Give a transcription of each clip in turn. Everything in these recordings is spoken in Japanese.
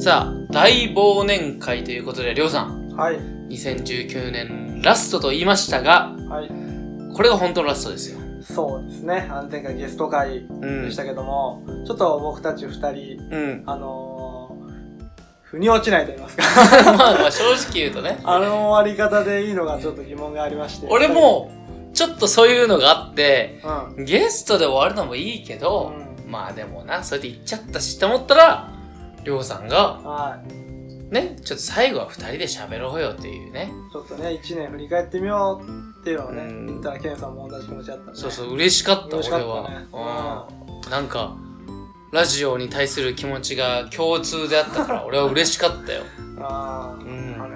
さあ、大忘年会ということで、りょうさん、はい。 2019年ラストと言いましたが、はい。これが本当のラストですよ。そうですね。あの前回ゲスト会うんでしたけども、ちょっと僕たち二人、うん。あのー腑に落ちないと言いますか。 まあまあ、正直言うとね。 あの終わり方でいいのがちょっと疑問がありまして。俺、も、ちょっとそういうのがあって、うん。ゲストで終わるのもいいけど、うまあでもな、それで行っちゃったしって思ったら、りょうさんが、はい。ね、ちょっと最後は二人で喋ろうよっていうね。ちょっとね、一年振り返ってみようっていうのをね、うん言ったら、ケンさんも同じ気持ちだったんで。そうそう、嬉しかった、嬉しかっ俺たねは。うん。なんか、ラジオに対する気持ちが共通であった から、俺は嬉しかったよ。あーうんあれ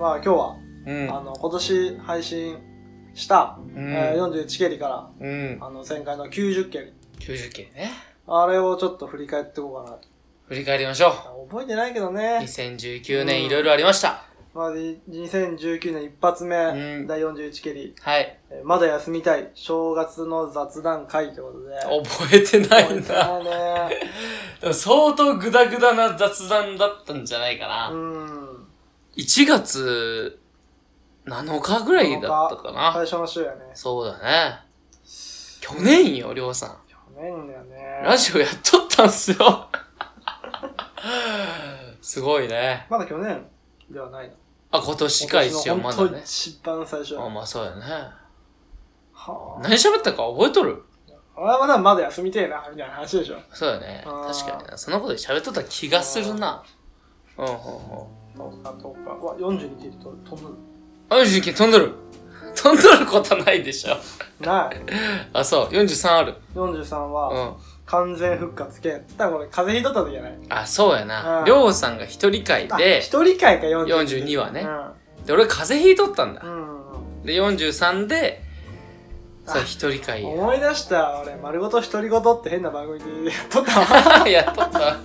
まあ今日は、うん。あの、今年配信した、うんえー、41蹴りかうんら、。あの、前回の90蹴り。 90件ね。あれをちょっと振り返っていこうかなと。振り返りましょう。覚えてないけどね。 2019年いろいろありました。まあ、で2019年一発目、うん第41蹴り、はい。えーまだ休みたい、正月の雑談会ということで。覚えてない覚えんてだ。ないね。でも相当グダグダな雑談だったんじゃないかうな。ん。 1月7日ぐらいだったか最な。初の週やね。そうだね。去年よ、りょうさん。去年だよね。ラジオやっとったんす よ。すごいね。まだ去年ではないの。あ、今年か一応今ま年のだ本当ね。一番最初。あ、はまあそうだね。あ。何喋ったか覚えとる俺はまだまだ休みてえな、みたいな話でしょ。そうだね。あー確かにな。そのことで喋っとった気がするな。うん、うん、うん。 10日、10日。うわ、42切りと飛ぶ。あ、49飛んどる。飛んどることはないでしょ。 ない。あ、そう。43ある。 43うは、ん。完全復活け。ただこれ、風邪ひいとった時じゃないあ、そうやうな。んりょうさんが一人会あで、一人会か42。 42はねうん。。で、俺風邪ひいとったんうだ。んうんうん。で、43で、あそう、一人会思い出した俺丸ごと独り言って変な番組で撮った わやっとった。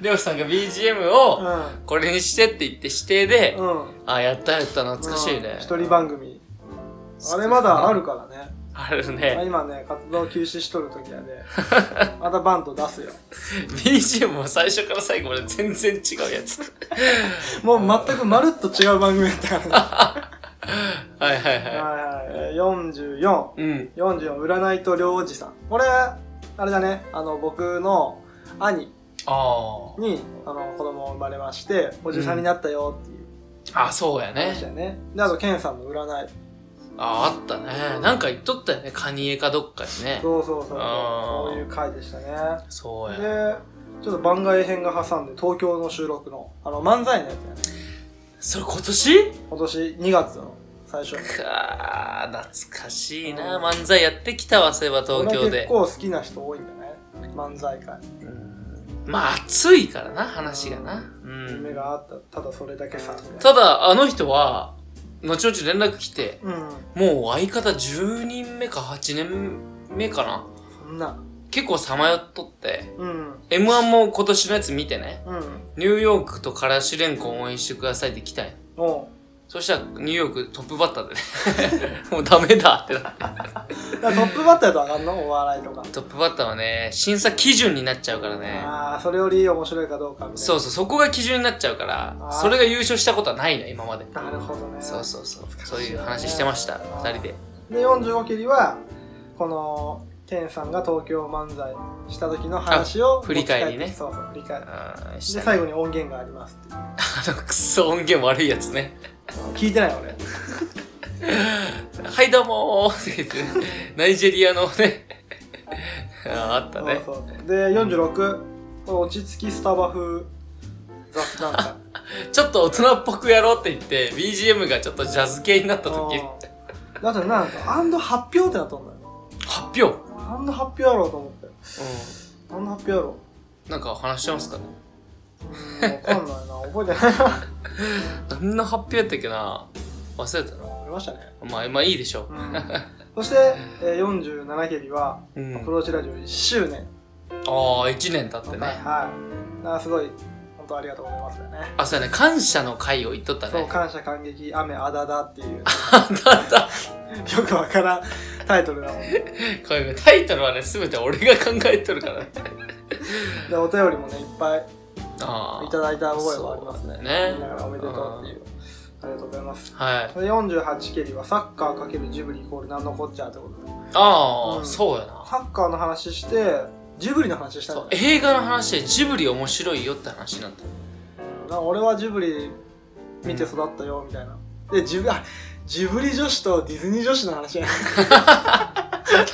りょうさんが BGM を これにしてって言って指定で、うんうんあ、やったやった懐かしいね。一人番組あれまだあるからね、あるまあね。今ね活動休止しとる時や でまたバンド出すよ BGM も最初から最後まで全然違うやつ。もう全くまるっと違う番組やったかはい はいらねははいはい4444い。うん。占いと両おじさんこれあれだねあの僕の兄あにあの子供生まれましておじさんになったよっていうあ。あ、そうや話ね。だよねであとケンさんの占いあ、あったね。なんか言っとったよね。カニエかどっかにね。そうそうそうあーそういう回でしたねそうや。でちょっと番外編が挟んで東京の収録のあの漫才のやつやねそれ今年今年2月の最初かー、懐かしいな。漫才やってきたわ、そういえば東京で俺結。構好きな人多いんだね漫才界うんまあ暑いからな、話がな。うん。夢があったただそれだけさみたいただ、あの人は、後々連絡来て、なうんもう相方10人目か8年目かなそんな結構さまよっとって、うん M1 も今年のやつ見てね、うんニューヨークとからしれんこん応援してくださいって来たんよもそしたらニューヨークトップバッターでね、 もうダメだってなって。うだからトップバッターやとあかんのお笑いと かトップバッターはね、審査基準になっちゃうからね。ああそれより面白いかどうかみたいなそうそう、そこが基準になっちゃうから、あーそれが優勝したことはないの、今まで。なるほどねそうそうそう。そういう話してました、二人で。で45切りはこのケンさんが東京漫才した時の話をあ振り返りね持ち帰ってそうそう振り返りうんしでた最後に音源がありますっていうあのくっそ音源悪いやつね。聞いてない俺はいどうもーって言ってね、ナイジェリアのね、 ああったね。そうそうそうで46落ち着きスタバ風雑談会ちょっと大人っぽくやろうって言って、BGM がちょっとジャズ系になった時、うんだってなんかアンド発表ってなっとんだよ発表、うアンド発表やろうと思ってアンド発表やろん、なんか話してますかねううんわかんないな覚えてないなどんな発表やったっけな忘れたな。ありましたねまあ、まあいいでしょうんそして、えー、47蹴りはう。うん。アプローチラジオ1周年ああ、1年経ってはい、ね。はい、あーすごい本当ありがとうございますよねあ、そうやね。感謝の会を言っとったそうね。感謝感激雨あだだ っていうだだよくわからんタイトルだもんでこういう タイトルはね、すべて俺が考えとるからね。お便りもねいっぱいああいただいた覚えはありますねそうだねみんなからおめでとうっていうありがとうございますはいそれ48蹴りはサッカー×ジブリイコール何のこっちゃってことでああ、うんそうやなサッカーの話してジブリの話したんそうだよ映画の話でジブリ面白いよって話になった なんか俺はジブリ見て育ったよみたいなでジブあジブリ女子とディズニー女子の話や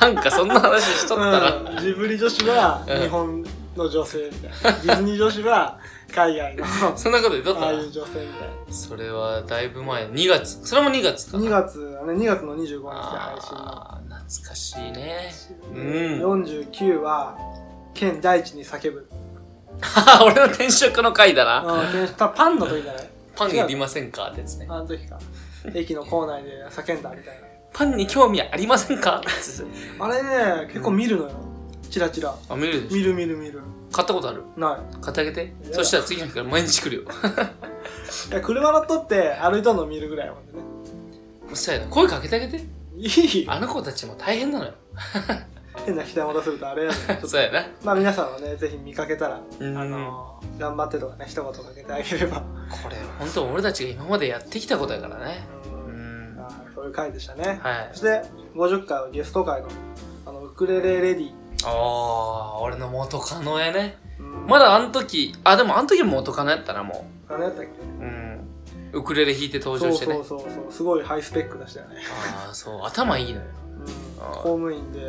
なんかそんな話しとったら、うんジブリ女子はうん日本の女性みたいな、ディズニー女子は海外の そんなこと言っとっああたいらう女性みたいなそれはだいぶ前2月それも2月か2月だね2月の25日で配信のああ懐かしいねうん49は県大地に叫ぶ 俺の転職の回だなあーでたパンの時じゃないパンいりませんかってやつねあの時か駅の構内で叫んだみたいパンに興味ありません かってやつなあれね結構見るのよチラチラあ見るでし見る見る見るょ買ったことあるない買ってあげていやそしたら次の日から毎日来るよいや車乗っとって歩いとんの見るぐらいやもんでねそうやな声かけてあげていいあの子たちも大変なのよ変な期待を出するとあれやねちょっ とそうやなまあ皆さんはね、ぜひ見かけたら、あうんのー、頑張ってとかね、一言かけてあげれば、これ本当俺たちが今までやってきたことやからねううんんあーそういう回でしたね。はいそして、50回はゲスト回の、あの、ウクレレレディ。ああ俺の元カノやねうんまだあの時あでもあの時も元カノやったなもあれやったっけううんウクレレ弾いて登そう場してねそうそうそう、すごいハイスペックでしたよね。ああそう頭いいのようん、あー公務員で、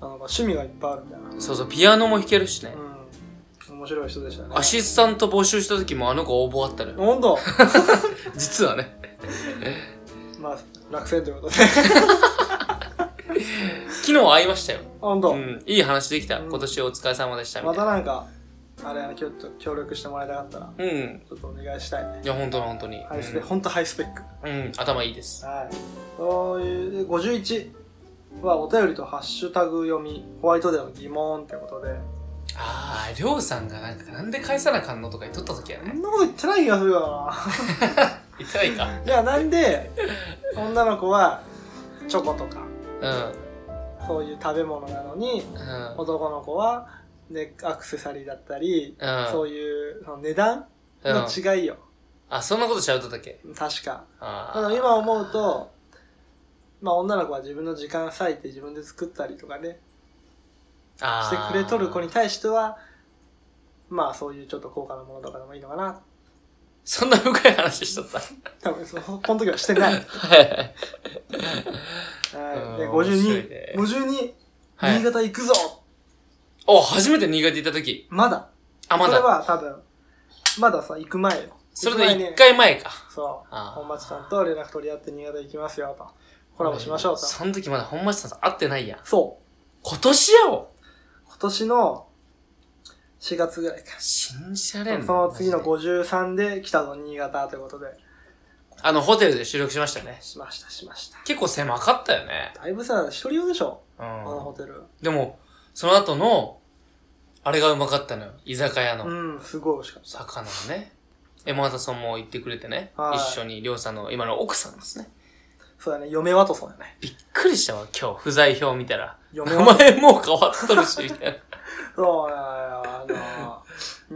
あの、まあ趣味がいっぱいあるみたいな。そうそうピアノも弾けるしねうん。面白い人でしたね。アシスタント募集した時もあの子応募あったのよほんと実はね まあ、落選ということで。 昨日会いましたよほんと、うん、いい話できた。うん今年お疲れ様でした。みまたいたな。なんか、あれやな、ちょっと協力してもらいたかったら、うん。ちょっとお願いしたいね。いや、本当に本当に。ハイスペほんとハイスペック。うん、うん頭いいです。はい。そういう、51はお便りとハッシュタグ読み、ホワイトデーの疑問ってことで、ああ、りょうさんがなんか、なんで返さなあかんのとか言っとった時やそね。んなこと言ってない気 がするよ言ってないか。な。じゃあなんで、女の子はチョコとか、うそういう食べ物なのに、ん。うん。男の子は、ね、アクセサリーだったり、うん。そういうその値段うんの。違いよ。あ、そんなことしちゃうとったっけ確か。あたあ。だ今思うと、まあ女の子は自分の時間割いて自分で作ったりとかね、してあーくれとる子に。対してはまあそういうちょっと高価なものとかでもいいのかなそんな深い話しとった。 多分そのこの時はしてない、はい、はい。で面白い5252、ね52はい新潟行くぞお、初めて新潟行った時。まだあ、まそれだ。は多分まださ行く前よそれ行く前にで一回前か。そうあー本町さんと連絡取り合って新潟行きますよとコラボしましょうとその時まだ本町さんと会ってないやん。そう今年やお今年の4月ぐらいか信じられんその次のマジで53で来たぞ新潟ということであの、ホテルで収録しましたね。しましたしました結構狭かったよね。だいぶさ一人用でしょうあのん。ホテルでも、その後の、あれがうまかったのよ。居酒屋の。うんすごい美味しかった魚のね。エマータソンも行ってくれてね。はい一緒に、りょうさんの、今の奥さんですね。そうだね、嫁ワトソンだ ね。びっくりしたわ、今日。不在表見たら。名嫁ワトソン。前もう変わっとるし、 みたいな。そうあの、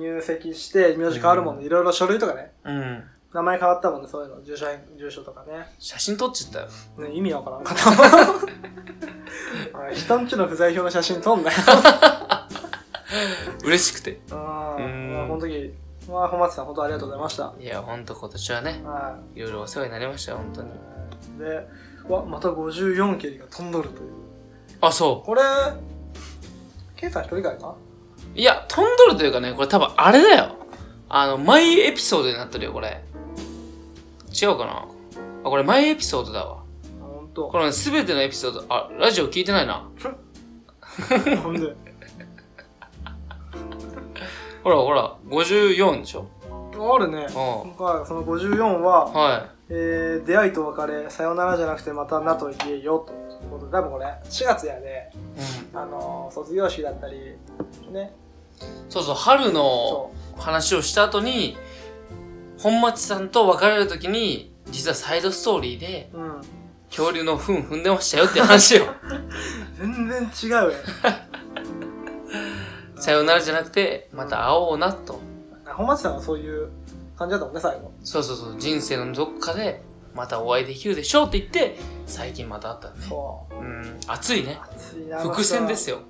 入籍して、名字変わるもんで、いろいろ書類とかね。うん。名前変わったもんね、そういうの。住所、住所とかね。写真撮っちゃったよ。ね意味わからんかった。おい 人んちの不在表の写真撮んなよ。嬉しくて。うん。んまあこの時、まあ、本松さん、本当ありがとうございました。いや、ほんと今年はね、はいろいろお世話になりましたよ、ほんとに。い。で、うわ、また54蹴りが飛んどるという。あ、そこれ、ケイさん一人かいかう。いや、飛んどるというかね、これ多分あれだよ。あの、マイエピソードになってるよ、これ。違うかなあ、これマイエピソードだわ。あ、ほんとこ。のすべてのエピソード、あ、ラジオ聞いてないな。ほんで。ほらほら、54でしょ。 あるね。う今回、その54は、ん。はえー、出会いと別れ、さよならじゃなくてまたなと言えよということで、多分これ、4月やで、い。うん。あのー、卒業式だったり、ね、そうそう、春のそう、話をした後に、本町さんと別れるときに、実はサイドストーリーで、うん、恐竜の糞踏んでましたよって話を。全然違 うよ。さよならじゃなくて、また会おうなと。な本町さんはそういう感じだったもんね最後そうそうそう、人生のどっかでまたお会いできるでしょうって言って、最近また会ったね。そうん、暑いねう。暑いな伏線ですよよ。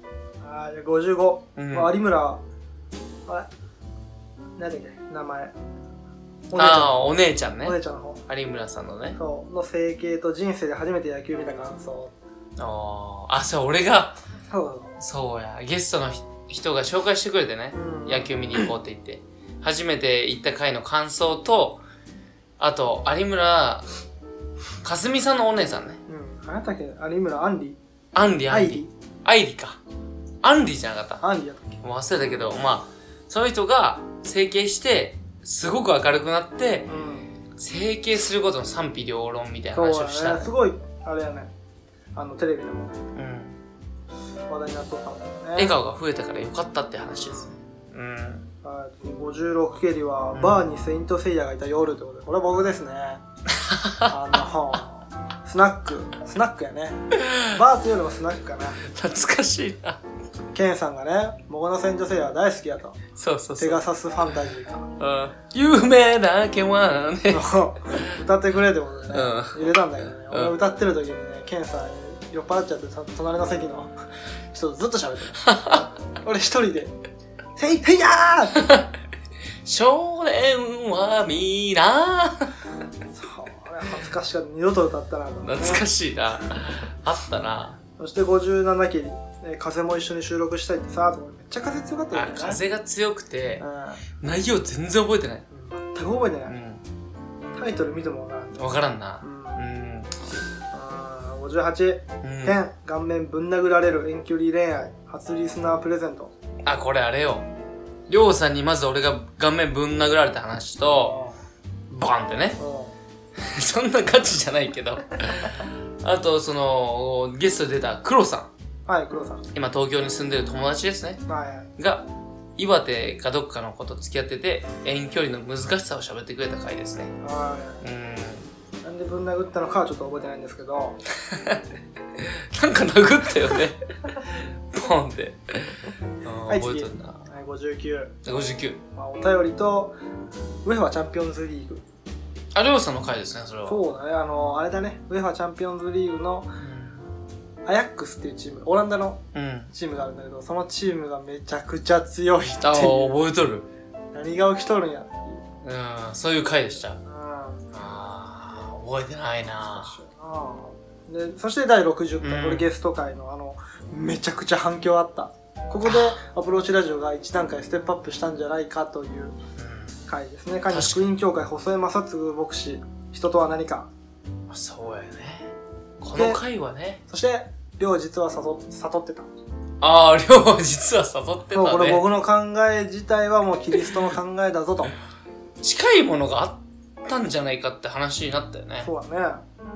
あー55、うんまあ有村あれなんだっけ名前お姉ちゃんああー、お姉ちゃんねお。姉ちゃんの方有村さんのね。そうの整形と人生で初めて野球見た感想あーあ、そう、俺が、そうそうや、ゲストのひ人が紹介してくれてねそ。う、うん、野球見に行こうって言って、初めて行った回の感想と、あと、有村、かすみさんのお姉さんね。うんあなたっけ有村アンリアンリ、アアンイリ。リアイリか。アンリじゃなかった。アンリやったっけもう忘れたけど、まあ、その人が整形して、すごく明るくなって、うん整形することの賛否両論みたいなそう話をしたやね、ねすごいあれやねあのテレビでもうん。話題になっとったもんね笑顔が増えたから良かったって話です。うん。はい56ケリは、バーにセイントセイヤがいた夜ってことでこれ 僕ですねあのスナックスナックやねバーというよりもスナックかな懐かしいな。ケンさんがね僕のセイントセイヤは大好きやとそうそうそペう。ガサスファンタジーかうん、有名な獣 ね。の歌ってくれってことでね、う入れたんだけどね、うん俺歌ってる時にねケンさん酔っ払っちゃってさ隣の席 の人とずっと喋ってた俺一人で「セイペイヤー!」って少年は皆。そう俺恥ずかしかった二度と歌ったなと思ってね懐かしいな。あったな。そして57期に、えー風も一緒に収録したいってさ、と思ってめっちゃ風強かったよあね。、風が強くてう、内容全然覚えてない。ん。全く覚えてうない。ん。タイトル見てもわからん。わからんなう。んうん。あー58、うん。点、顔面ぶん殴られる遠距離恋愛、初リスナープレゼント。あ、これあれよ。りょうさんにまず俺が顔面ぶん殴られた話と、バンってね。 うそんなガチじゃないけど。 あと、その、ゲストで出た黒さん。んはい、黒さん。今東京に住んでる友達ですね。はい。が、岩手かどっかの子と付き合ってて、遠距離の難しさを喋ってくれた回ですね。はうーん。い。なんでぶん殴ったのかはちょっと覚えてないんですけど、なんか殴ったよね。 ポンって。うんはい覚えとるな。はい、59、 59。まあ、お便りと、ウェファチャンピオンズリーグ。あ、りょうさんの回ですね、それは。そうだね、あの、あれだね、ウェファチャンピオンズリーグのうん。アヤックスっていうチーム、オランダのうん。チームがあるんだけどそのチームがめちゃくちゃ強いっあ、ていう覚えとる。何が起きとるんやっていううん、そういう回でした。うんあー、覚えてないな。うんでそして第60回、うんこれゲスト会のあのめちゃくちゃ反響あったここでアプローチラジオが1段階ステップアップしたんじゃないかというう回ですね会に確かに福音教会細江正嗣牧師人とは何かん。あそうやね。この回はね。そして両実は悟悟ってたああ、りょう実は誘ってもうたこれね。僕の考え自体はもうキリストの考えだぞと近いものがあったんじゃないかって話になったよね。そうだね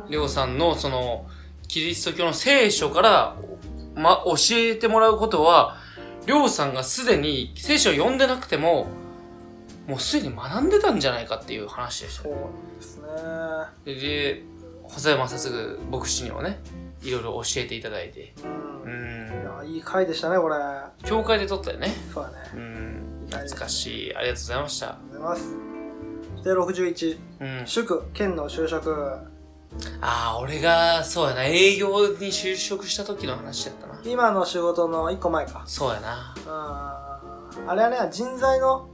りょうさんのその、キリスト教の聖書から、ま、教えてもらうことは、りょうさんがすでに聖書を読んでなくても、もうすでに学んでたんじゃないかっていう話でしたそうですねで。で、細山正嗣牧師にもね、いろいろ教えていただいて。ううんいん。やいい回でしたねこれ教会で撮ったよね。そうだねあうん。はい懐かしい。ありがとうございました。りがとうございますで61うん。祝県の就職ああ、俺が、そうやな、営業に就職した時の話だったな。今の仕事の1個前かそうやな。うんあれはね人材の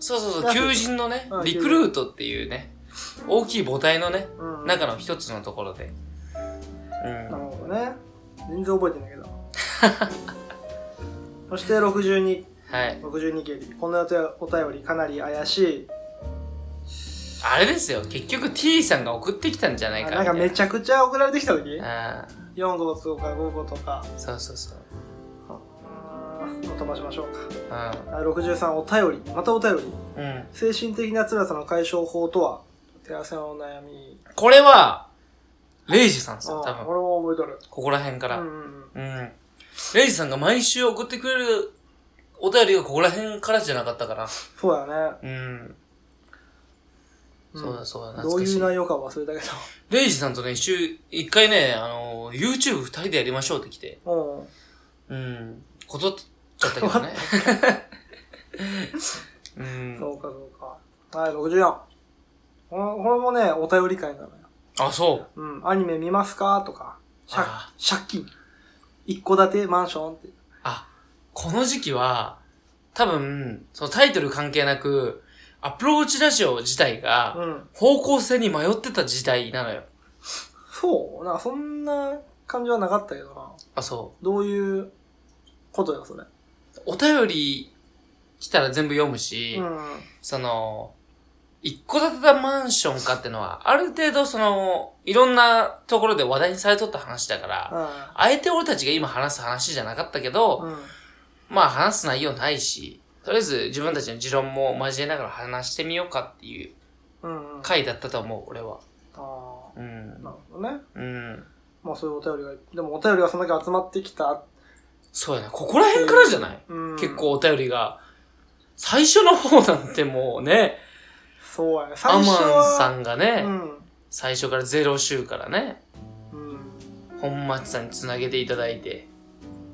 そうそうそなう、んで求人のねう、んリクルートっていうね、大きい母体のね、うん中の一つのところで。なるほどね全然覚えてないけど そして6262うん。はい。ケリこのお便りかなり怪しいあれですよ、結局 T さんが送ってきたんじゃないかなんかめちゃくちゃ送られてきた時ゃ。あ4号とか5号とかあ、そうそうそう。うん飛ばしましょううかあ63お便りまたお便りん。うん。精神的な辛さの解消法とは手汗のお悩みこれは、レイジさんですよ、多あ分。俺も覚えとるここら辺かうら。んうんうんうん。レイジさんが毎週送ってくれるお便りがここら辺からじゃなかったかな。そうだよねうん。うんそうだそうだ、ど懐うかいしうい。内容かは忘れたけレイジさんとね、週、一回ね、あの、YouTube 二人でやりましょうって来て。どう んうん。断っちゃったけどね。うんそうかそうか。はい、64。このこれもね、お便り会なのよ。あそううん、アニメ見ますかとか、借あ借金。一戸建てマンションって。あ、この時期は、多分、そのタイトル関係なく、アプローチラジオ自体が、うん。方向性に迷ってた時代なのよ。そうなんかそんな感じはなかったけどな。あ、そどういうことよ、それ。う。お便り来たら全部読むし、うん。その、一戸建てたマンションかってのは、ある程度その、いろんなところで話題にされとった話だから、あえて俺たちが今話す話じゃなかったけど、うん。うん。まあ話す内容ないし、とりあえず自分たちの持論も交えながら話してみようかっていううん、うん。回だったと思う、俺は。あうあ。ん。なるほどね。うん。まあそういうお便りが、でもお便りがそんだけ集まってきた。そうやな。ここら辺からじゃない、うん。結。構お便りが。最初の方なんてもうね、そうやね。ア最初は。マンさんがね、うん。最初からゼロ週からね、うん。本町さんにつなげていただいて、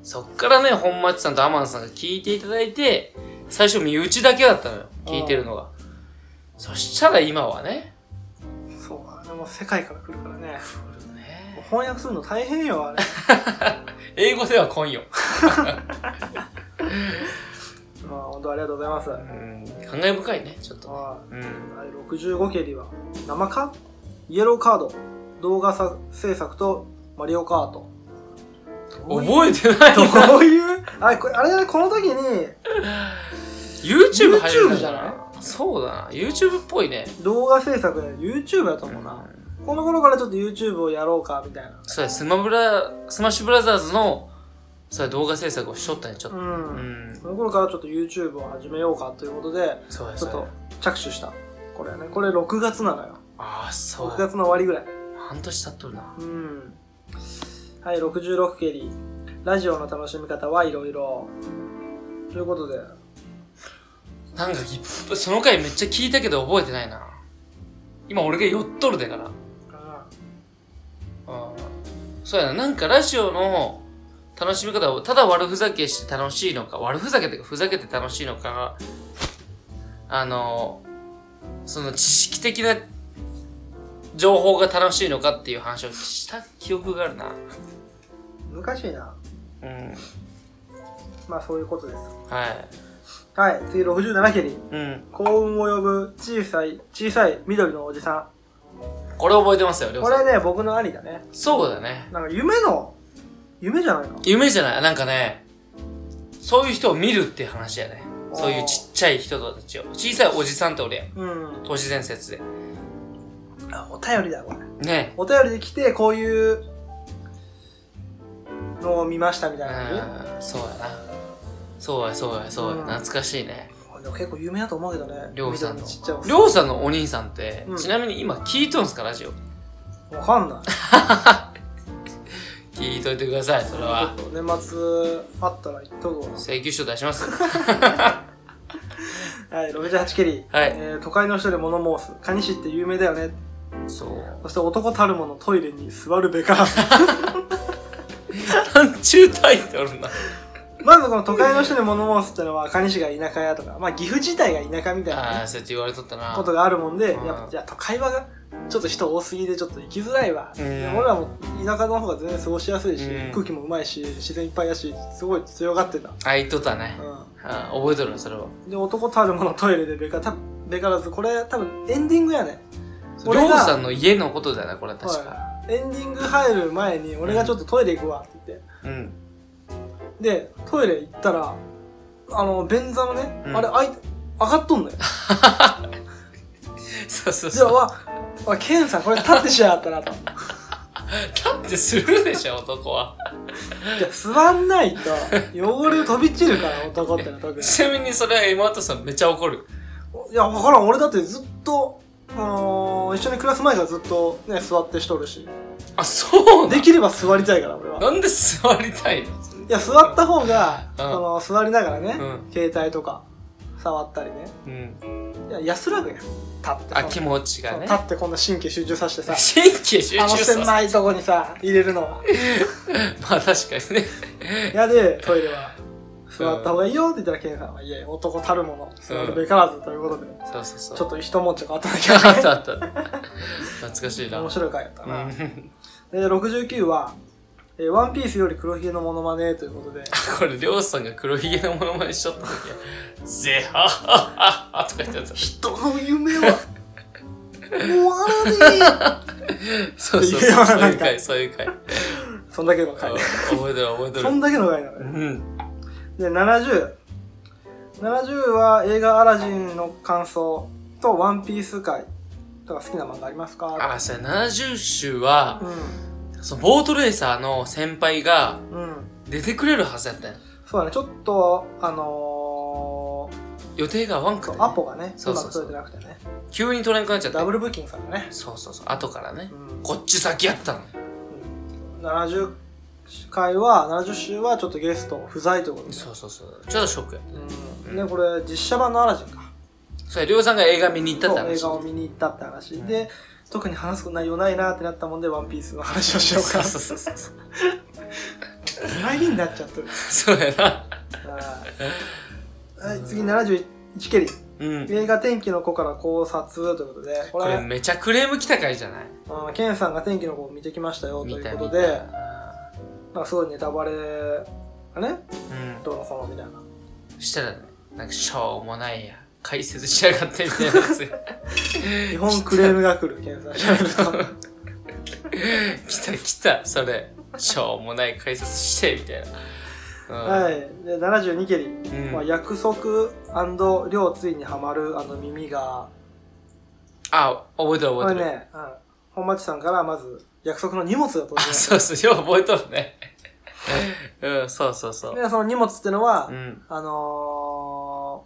そっからね、本町さんとアマンさんが聞いていただいて、最初身内だけだったのよ。聞いてるのが。そしたら今はね、そうだね。もう世界から来るからね。 ね翻訳するの大変よ、あれ。 英語では今夜。まあ本当ありがとうございます。うはん。感慨深いね、ちょっと。い。うん。第65蹴りは生かイエローカード動画さ制作とマリオカート覚えてないなどういうあこれあれだねこの時に YouTube 入る YouTube じゃないそうだな YouTube っぽいね動画制作で YouTube やと思うな、この頃からちょっと YouTube をやろうかみたいなそうやスマブラスマッシュブラザーズのそうや動画制作をしとったねちょっうとん、うんこの頃からちょっと YouTube を始めようかということでそうやちそょっうやと着手したこれねこれ6月なのよああそう6月の終わりぐらい半年経っとるなうんはい66蹴りラジオの楽しみ方はいろいろということでなんかいっぱいその回めっちゃ聞いたけど覚えてないな今俺が酔っとるでからうんそうやななんかラジオの楽しみ方をただ悪ふざけして楽しいのか悪ふざけてかふざけて楽しいのかあのその知識的な情報が楽しいのかっていう話をした記憶があるな難しいなうんまあそういうことですはいはい次67蹴りうん幸運を呼ぶ小さい小さい緑のおじさこれ覚えてますよりんょうこさんれね僕の兄だねそうだねなんか夢の夢じゃないの夢じゃないなんかねそういう人を見るっていう話やねそういうちっちゃい人たちを小さいおじさんって俺やうん都市伝説であお便りだこれねお便りで来てこういうのを見ましたみたいな感うんそうやなそうやそうやそうや、うん懐かしいねじ、でも結構有名だと思うけどねりょうさんの緑ちっちゃいおじりょうさんのお兄さんって、うんちなみに今聞いとんすかラジオわかんない聞いといてくださいそれはちょっと年末あったら言っとこ請求書出しますうはい68蹴り、はいえー都会の人で物申す蟹市って有名だよねそう そして男たるものトイレに座るべから ずなんちゅうタイトルなまずこの都会の人に物申すってのは蟹市が田舎やとか、まあ、岐阜自体が田舎みたいあなあそうやって言われとったなことがあるもんでやっうんぱいや都会はちょっと人多すぎでちょっと行きづらいわ、うんで俺らも田舎の方が全然過ごしやすいし、うん空気もうまいし自然いっぱいやしすごい強がってた、あ言っとったね、うあ覚えとるのそれはん、で男たるものトイレでべからたべからずこれ多分エンディングやねり俺がょうさんの家のことだなこれは確か、はいエンディング入る前に俺がちょっとトイレ行くわって言って、うんでトイレ行ったらあの便座のね、うんあれあい上がっとんのよそうそうじゃあ、そうわ、わ、ケンさん、これ立ってしやがったなと。じ立ってするでしょ男は ゃあ、座んないと、汚れ飛び散るから、男ってのは特に。ちなみにそれは妹さんめっちゃ怒るいや、わからん、俺だってずっと、あのー、一緒に暮らす前からずっとね、座ってしとるし。あそうなでんきれば座りたいから、俺は。なんで座りたいのいや、座った方が、うんその、座りながらね、うん携帯とか、触ったりね。うんいや、安らぐやん。立って。あ気持ちがね。立ってこんな神経集中させてさ神経集あ中のさせまあ狭いとこに さ、入れるのは。確かにねいやで、トイレは、座った方がいいよって言ったら、ケンさんは、いやいや男たるもの、座るべからずということで、そうそうそうちょっと一悶着あっただけああっったあた。った懐かしいな面白い回やったな。うんで、69は、えーワンピースより黒ひげのモノマネという ことで、これりょうさんが黒ひげのものまねしちゃった時「ぜはっはっは」とか言ってた人の夢は、終わらねそうそうそうそういう回そういう回 えそんだけの回覚。えてる覚えてそるんだけの回なのうよ。んで、70。70は映画アラジンの感想とワンピース回とか好きな漫画ありますかあそうや70週はうそのボートレーサーの先輩がん。うん。出てくれるはずやったんやそうだね、ちょっと、あの予定が合わんーくてアポがね、そうそうまくそう取れてなくてね。急に取れなくなっちゃってダブルブッキングさんだね。そうそうそう後からねうん。こっち先やったの70回は、70週はちょっとゲスト不在ということで。そうそうそうちょっとショックやったうん。で、これ、実写版のアラジンか。それりょうさんが映画見に行ったってそう映話画を見に行ったって話、で特に話す内容ないなってなったもんで「ワンピースの話をしようそかうそうそうそう ないになっちゃってるそうやなはいはい次71ケリうん映画「天気の子」から考察ということでここれれめちゃクレーム来た回じゃないうんケンさんが「天気の子」を見てきましたよと見いたう見ことたでなんかすごいネタバレがねうんどうのこうのみたいなそしたらねなんかしょうもないや解説しやがってみたいなやつ 基本クレームが来るケンさんしゃべると来た来たそれしょうもない解説してみたいなうん はいで72ケリうんまあ、約束両ついにはまるあの耳があ覚えてるこ覚れえてるね、うん、本町さんからまず約束の荷物だと思あそうそうよう覚えとるね うんそうそうそうで、その荷物ってのは、うん。あの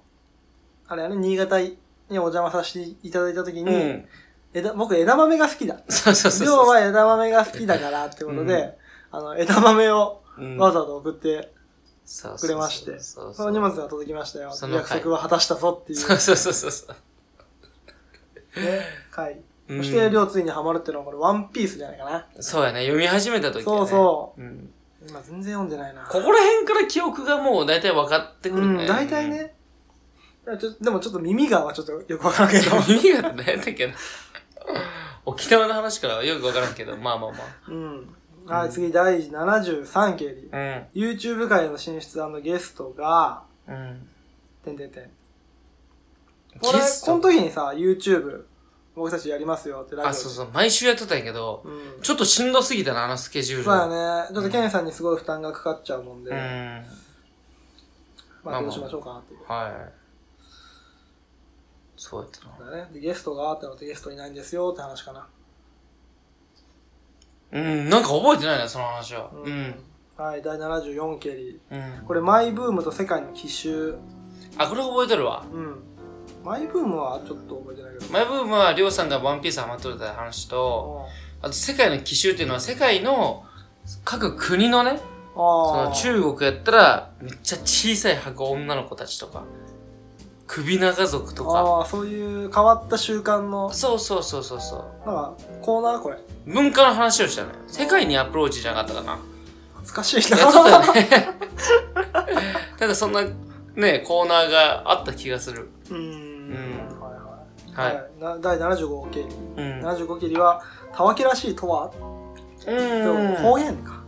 ー、あれやね、新潟にお邪魔させていただいたときに、うん。枝、僕枝豆が好きだ。そうそうそうそう。量は枝豆が好きだからってことで、うんあの、枝豆をうん、わざわざ送って、ざくれましてそうそそのう荷物が届きましたよ。その約束は果たしたぞっていそうう、そうそうそうそう。ね、回。うそんして、両ついにはまるってのは、これ、ワンピースじゃないかな。そうやね、読み始めた時、ね、。そうそうん、う。今全然読んでないな。ここら辺から記憶がもう大体分かってくうるね。ん、大体。ね。だからちょでもちょっと耳がはちょっとよくわからんけど。耳が何やったっけな。沖縄の話からはよく分からんけど、まあまあまうん。はい、次、第73期より、あ。 YouTube 界の進出ゲストが、うん。うん。てんてんてん。キ俺、スことの時にさ、YouTube、僕たちやりますよってラジオで。あ、そうそう、毎週やってたんやけど、うん。ちょっとしんどすぎたな、あのスケジュール。そうだね。ちょっとケンさんにすごい負担がかかっちゃうもんで、ね。ままああどうしましょうかなっていううん。。はい。そうやったな。だね。で、ゲストがってなってゲストいないんですよって話かな。うん、なんか覚えてないな、その話は。うん。はい、第74期より、うんこれ、マイブームと世界の奇襲。あ、これ覚えてるわ。うん。マイブームはちょっと覚えてないけど。マイブームは、りょうさんがワンピースハマっとるって話と、あと、世界の奇襲っていうのは、世界の各国のね、そあの中国やったら、めっちゃ小さい箱女の子たちとか、首長族とか、ああ、そういう変わった習慣の、そうそうそうそうそう。なんか、コーナーこれ。文化の話をしたのよ。世界にアプローチじゃなかったかな。懐かしいな。やっとったよね。 なんかそんな、ね、コーナーがあった気がする。 うーん。うんはいは。はいい。い。な第75切り。うん。 75切りは、たわけらしいとは、うん。方言か。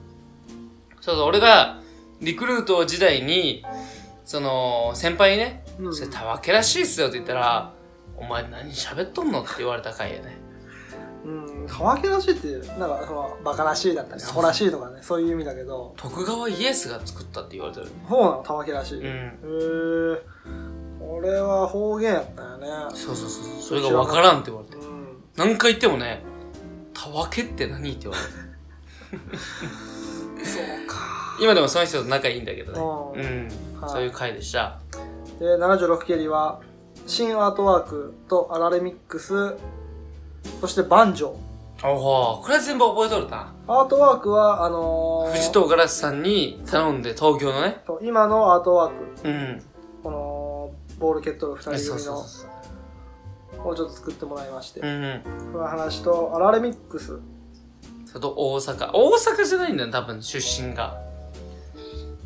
そうそう、俺がリクルート時代に、その、先輩にね、うんそれたわけらしいっすよって言ったら、お前何喋っとんのって言われた回やね。うん。たわけらしいって、なんか、その、バカらしいだったり、アホらしいとかね、そういう意味だけど、徳川家康が作ったって言われてる。そうなの、たわけらしい。うへん。え。これは方言やったよね。そうそうそう。それがわからんって言われて。うん。何回言ってもね、たわけって何って言われて。そうか。今でもその人と仲いいんだけどうね。うん。はいそういう回でした。で、76蹴りは、新アートワークとアラレミックス、そしてバンジョー。おお、これは全部覚えとるな。アートワークは、あのー、藤藤ガラスさんに頼んで、東京のね。と今のアートワーク、うん。この、ボール蹴っとるそう二人そう組そのう、そう。をちょっと作ってもらいまして、うんうん。この話と、アラレミックス、あと大阪。大阪じゃないんだよ、多分、出身が。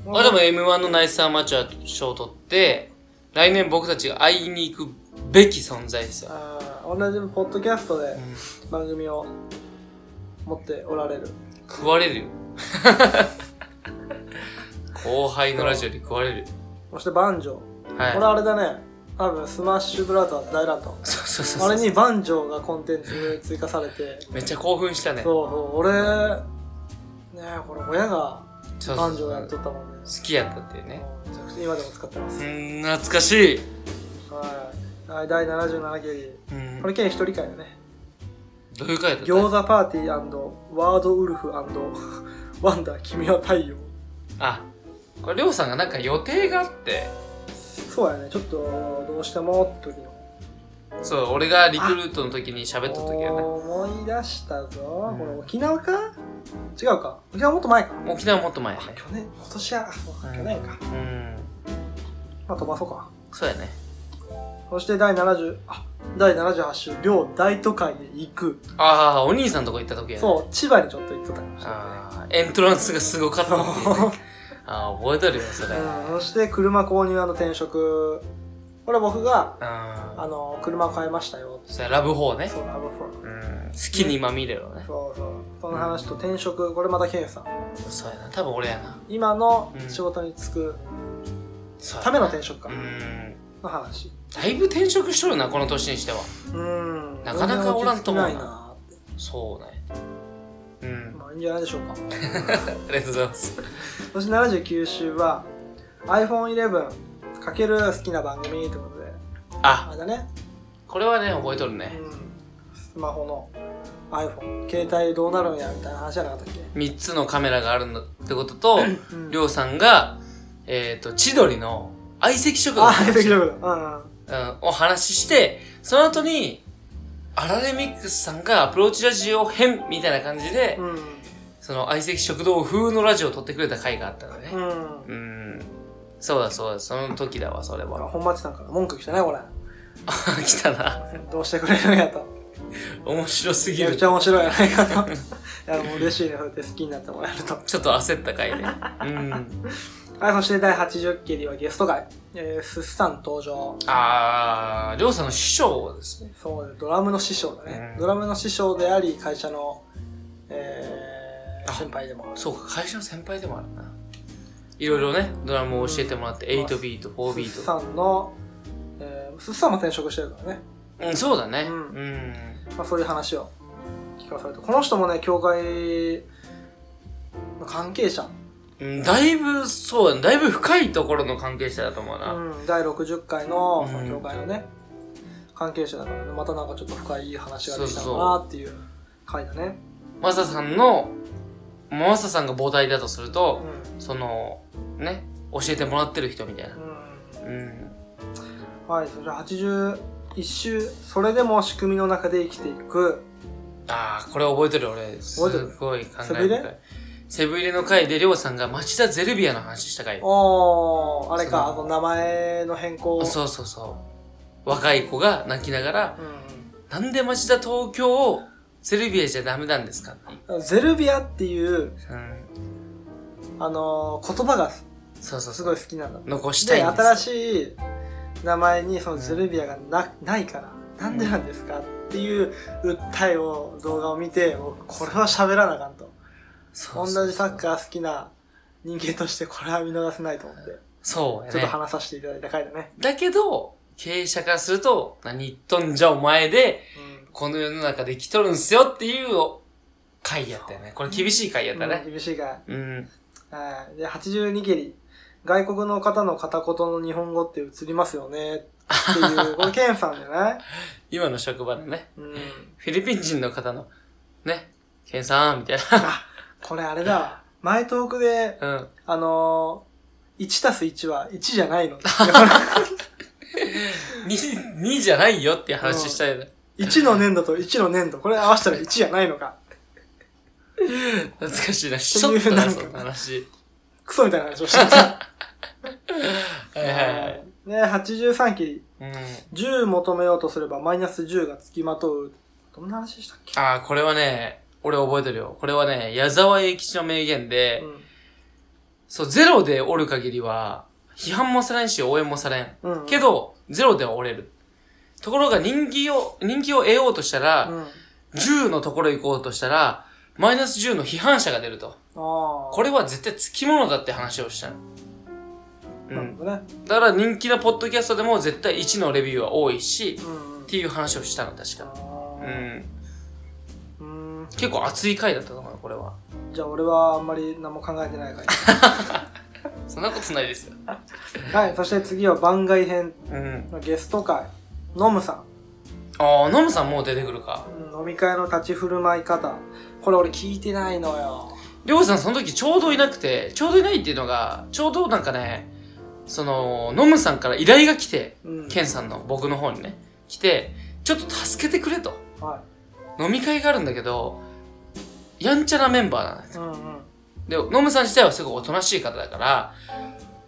あでも M1 のナイスアマチュア賞を取って、来年僕たちが会いに行くべき存在ですよ。あー同じポッドキャストでうん番組を持っておられる食われるよ。 後輩のラジオに食われる。そしてバンジョー、これはあれだね多分スマッシュブラザーズ大乱闘い。そうそうそうそう。あれにバンジョーがコンテンツ追加されてめっちゃ興奮したね。そうそう俺ねえこれ親がそうそうバンジョーやっとったもんね好きやったっていうね。めちゃくちゃ今でも使ってまうす、ん、懐かしい。はいはい第77期うんこ。れ県一人会だねどういう回だった餃子パーティーワードウルフワンダー君は太陽あ、これ、りょうさんがなんか予定があって、そうやねちょっとどうしてもって時のそう、俺がリクルートの時に喋った時やね。思い出したぞ、うんこれ沖縄か違うか沖縄もっと前か沖縄もっと前やあね。去年今年はあ去年か、うん。まあ飛ばそうかそうやね。そして第70あ第78週両大都会へ行く、ああ、お兄さんとこ行った時やね。う。そう千葉にちょっと行ってたかもしれないああ、エントランスがすごかったっていうねそうああ、覚えてるよ、それ。うん。 うん、そして車購入転職これ僕がああの車を買いましたよそれラブホーね。そうラブフォーうん。好きにまみれろね。そうそうその話と転職これまたケンさんそうやな。多分俺やな。今の仕事に就くそうやための転職かうん。の話だいぶ転職しとるな、この年にしては。うんなかなかおらんと思うな全然落ち着きないそうね。うんな。まあいいんじゃないでしょうかありがとうございます。そして79週は iPhone11 かける好きな番組ってことでああ、れだね、これはね、覚えとるうね。ん、スマホの iPhone 携帯どうなるんやみたいな話じゃなかったっ3つのカメラがあるんだってこと と、け、うん、りょうさんが、えっ、と、千鳥の相席食堂あ相席食堂うんううんんを話して、その後に、アラレミックスさんがアプローチラジオ編みたいな感じで、うんその相席食堂風のラジオを撮ってくれた回があったのね。うんうん。そうだそうだ、その時だわ、それほらは。本町さんから文句来たねこれあ、 来たな。どうしてくれるんやと面白すめぎちゃくる。ちゃ面白いやない かといやもう嬉しいねそうやって好きになってもらえるとちょっと焦った回ね。うん。はいそして第80期にはゲスト会えー、すっさん登場あー、りょうさんの師匠ですね。そうねドラムの師匠だね、うんドラムの師匠であり会社のえー、先輩でもそうか、会社の先輩でもあるな。いろいろね、ドラムを教えてもらって、8ビート、4ビすっート。さんのえーすっさんも転職してるからね、うん、そうだね。ううんん。まあ、そういう話を聞かされてこの人もね教会の関係者うんだいぶ、そうだね。だいぶ深いところの関係者だと思うな。うん、第60回のうんその教会のね、関係者だからねまたなんかちょっと深い話ができたのそうそかなっていう回だねマサさんの、マサさんが母体だとするうと、んその、ね、教えてもらってる人みたいな。うん。はいそれ81周それでも仕組みの中で生きていくああ、これ覚えてる俺。す覚えてるごい考えセ深ブ入いれ。セブ入れの回で、りょうさんが町田ゼルビアの話した回。おーあれかあその名前の変更そうそうそう。若い子が泣きながら、うなんで町田東京をセルビアじゃダメなんですかん、ゼルビアっていう、うん。あのー言葉がすそうそうすそう。ごい好きなんだ残したいでんです。新しい名前にそのゼルビアがな,、ないからなんでなんですかっていう訴えを動画を見てもうこれは喋らなあかんとそ同うそうじサッカー好きな人間としてこれは見逃せないと思ってそうやね。ちょっと話させていただいた回だね、だけど、経営者からすると、何言っとんじゃお前で、うんこの世の中で生きとるんすよっていう回やったよね。これ厳しい回やったうんね。厳しいが、うん。はいで82蹴り外国の方の片言の日本語って映りますよねっていうこれケンさんじゃない、今の職場でね、うん、フィリピン人の方の、ね、ケンさん、みたいあこれあれだ わ前トークでな。うん。あのー、1たす1は1じゃないの。 2、2じゃないよっていう話したよね。 1の粘土と1の粘土、これ合わせたら1じゃないのか。懐かしいな。てちいょうっとな、なんかその話。クソみたいな話をして た。はいはいはい。ね、83切り。うん。 10求めようとすればマイナス10が付きまとう。どんな話したっけああ、これはね、俺覚えてるよ。これはね、矢沢永吉の名言で、うんそう、ゼロでおる限りは、批判もされんし、応援もされん。うんけ、ど、ゼロでは折れる。ところが人気を、人気を得ようとしたら、うん、あ10のところ行こうとしたら、マイナス10の批判者が出ると。あこれは絶対つきものだって話をしたの。うなるん。ほどねだから人気なポッドキャストでも絶対1のレビューは多いし、うんうんっていう話をしたの、確か。あうーん。うん結構熱い回だったと思うよ、これは。じゃあ俺はあんまり何も考えてないかそんなことないですよ。らはいそして次は番外編うん。のゲスト会ノムさああ、ノムさんもう出てくるか。んうん飲み会の立ち振る舞い方これ俺聞いてないのよりょうさんその時ちょうどいなくて、ちょうどいないっていうのが、ちょうどなんかね、その、ノムさんから依頼が来て、うんケンさんの僕の方にね、来て、ちょっと助けてくれと。は飲み会があるんだけど、やんちゃなメンバーなんです。いうんうんで、ノムさん自体はすごいおとなしい方だから、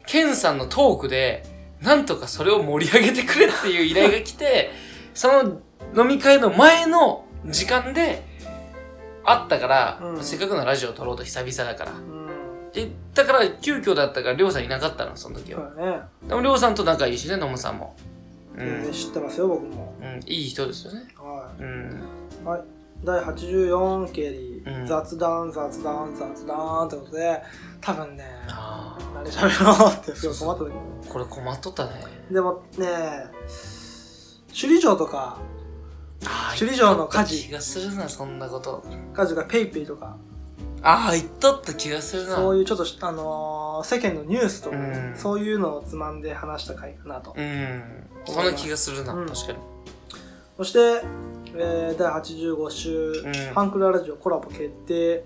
ケンさんのトークで、なんとかそれを盛り上げてくれっていう依頼が来て、 その飲み会の前の時間で、あったから、うんせっかくのラジオを撮ろうと久々だから。うんで、だから急遽だったから、りょうさんいなかったの、その時そうは。だねでもりょうさんと仲いいしね、ノムさんも。う全然ん。知ってますよ僕もうん、いい人ですよね。はうん。い、はい、第84ケリー、うん雑談雑談雑談ってことで多分ねああ、何喋ろうってすごい困った時これ困っとったね。でもね首里城とかああ、首里城の火気事がするな、そんなこと。火事がペイペイとかああ、言っとった気がするな。そういうちょっとし、あのー世間のニュースとか、うんそういうのをつまんで話した回かなと、うん。そんな気がするな、うん確かに。そして、えー第85週、うんファンクララジオコラボ決定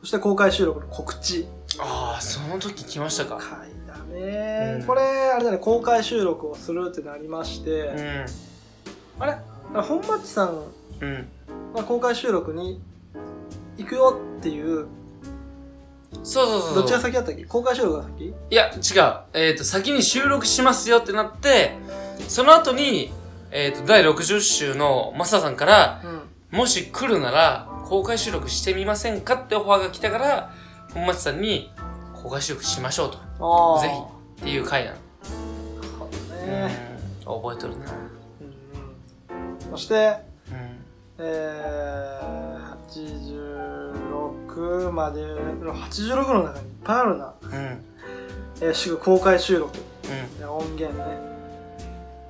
そして公開収録の告知ああ、その時来ましたか。回だね、うんこれあれだね公開収録をするってなりましうて、ん。あれだから本町さんうん。が公開収録に行くよっていうそうそうそう。どっちが先だったっけ公開収録が先いや、違う。えっ、と、先に収録しますよってなって、その後に、えっ、と、第60週のマサさんから、うんもし来るなら、公開収録してみませんかってオファーが来たから、本町さんに、公開収録しましょうと。ああぜっていう回なの。そううんね、。覚えとるな。うんそしてうん。えー、86までの86の中にいっぱいあるな、うん。うん。えー、し公開収録えー音源ね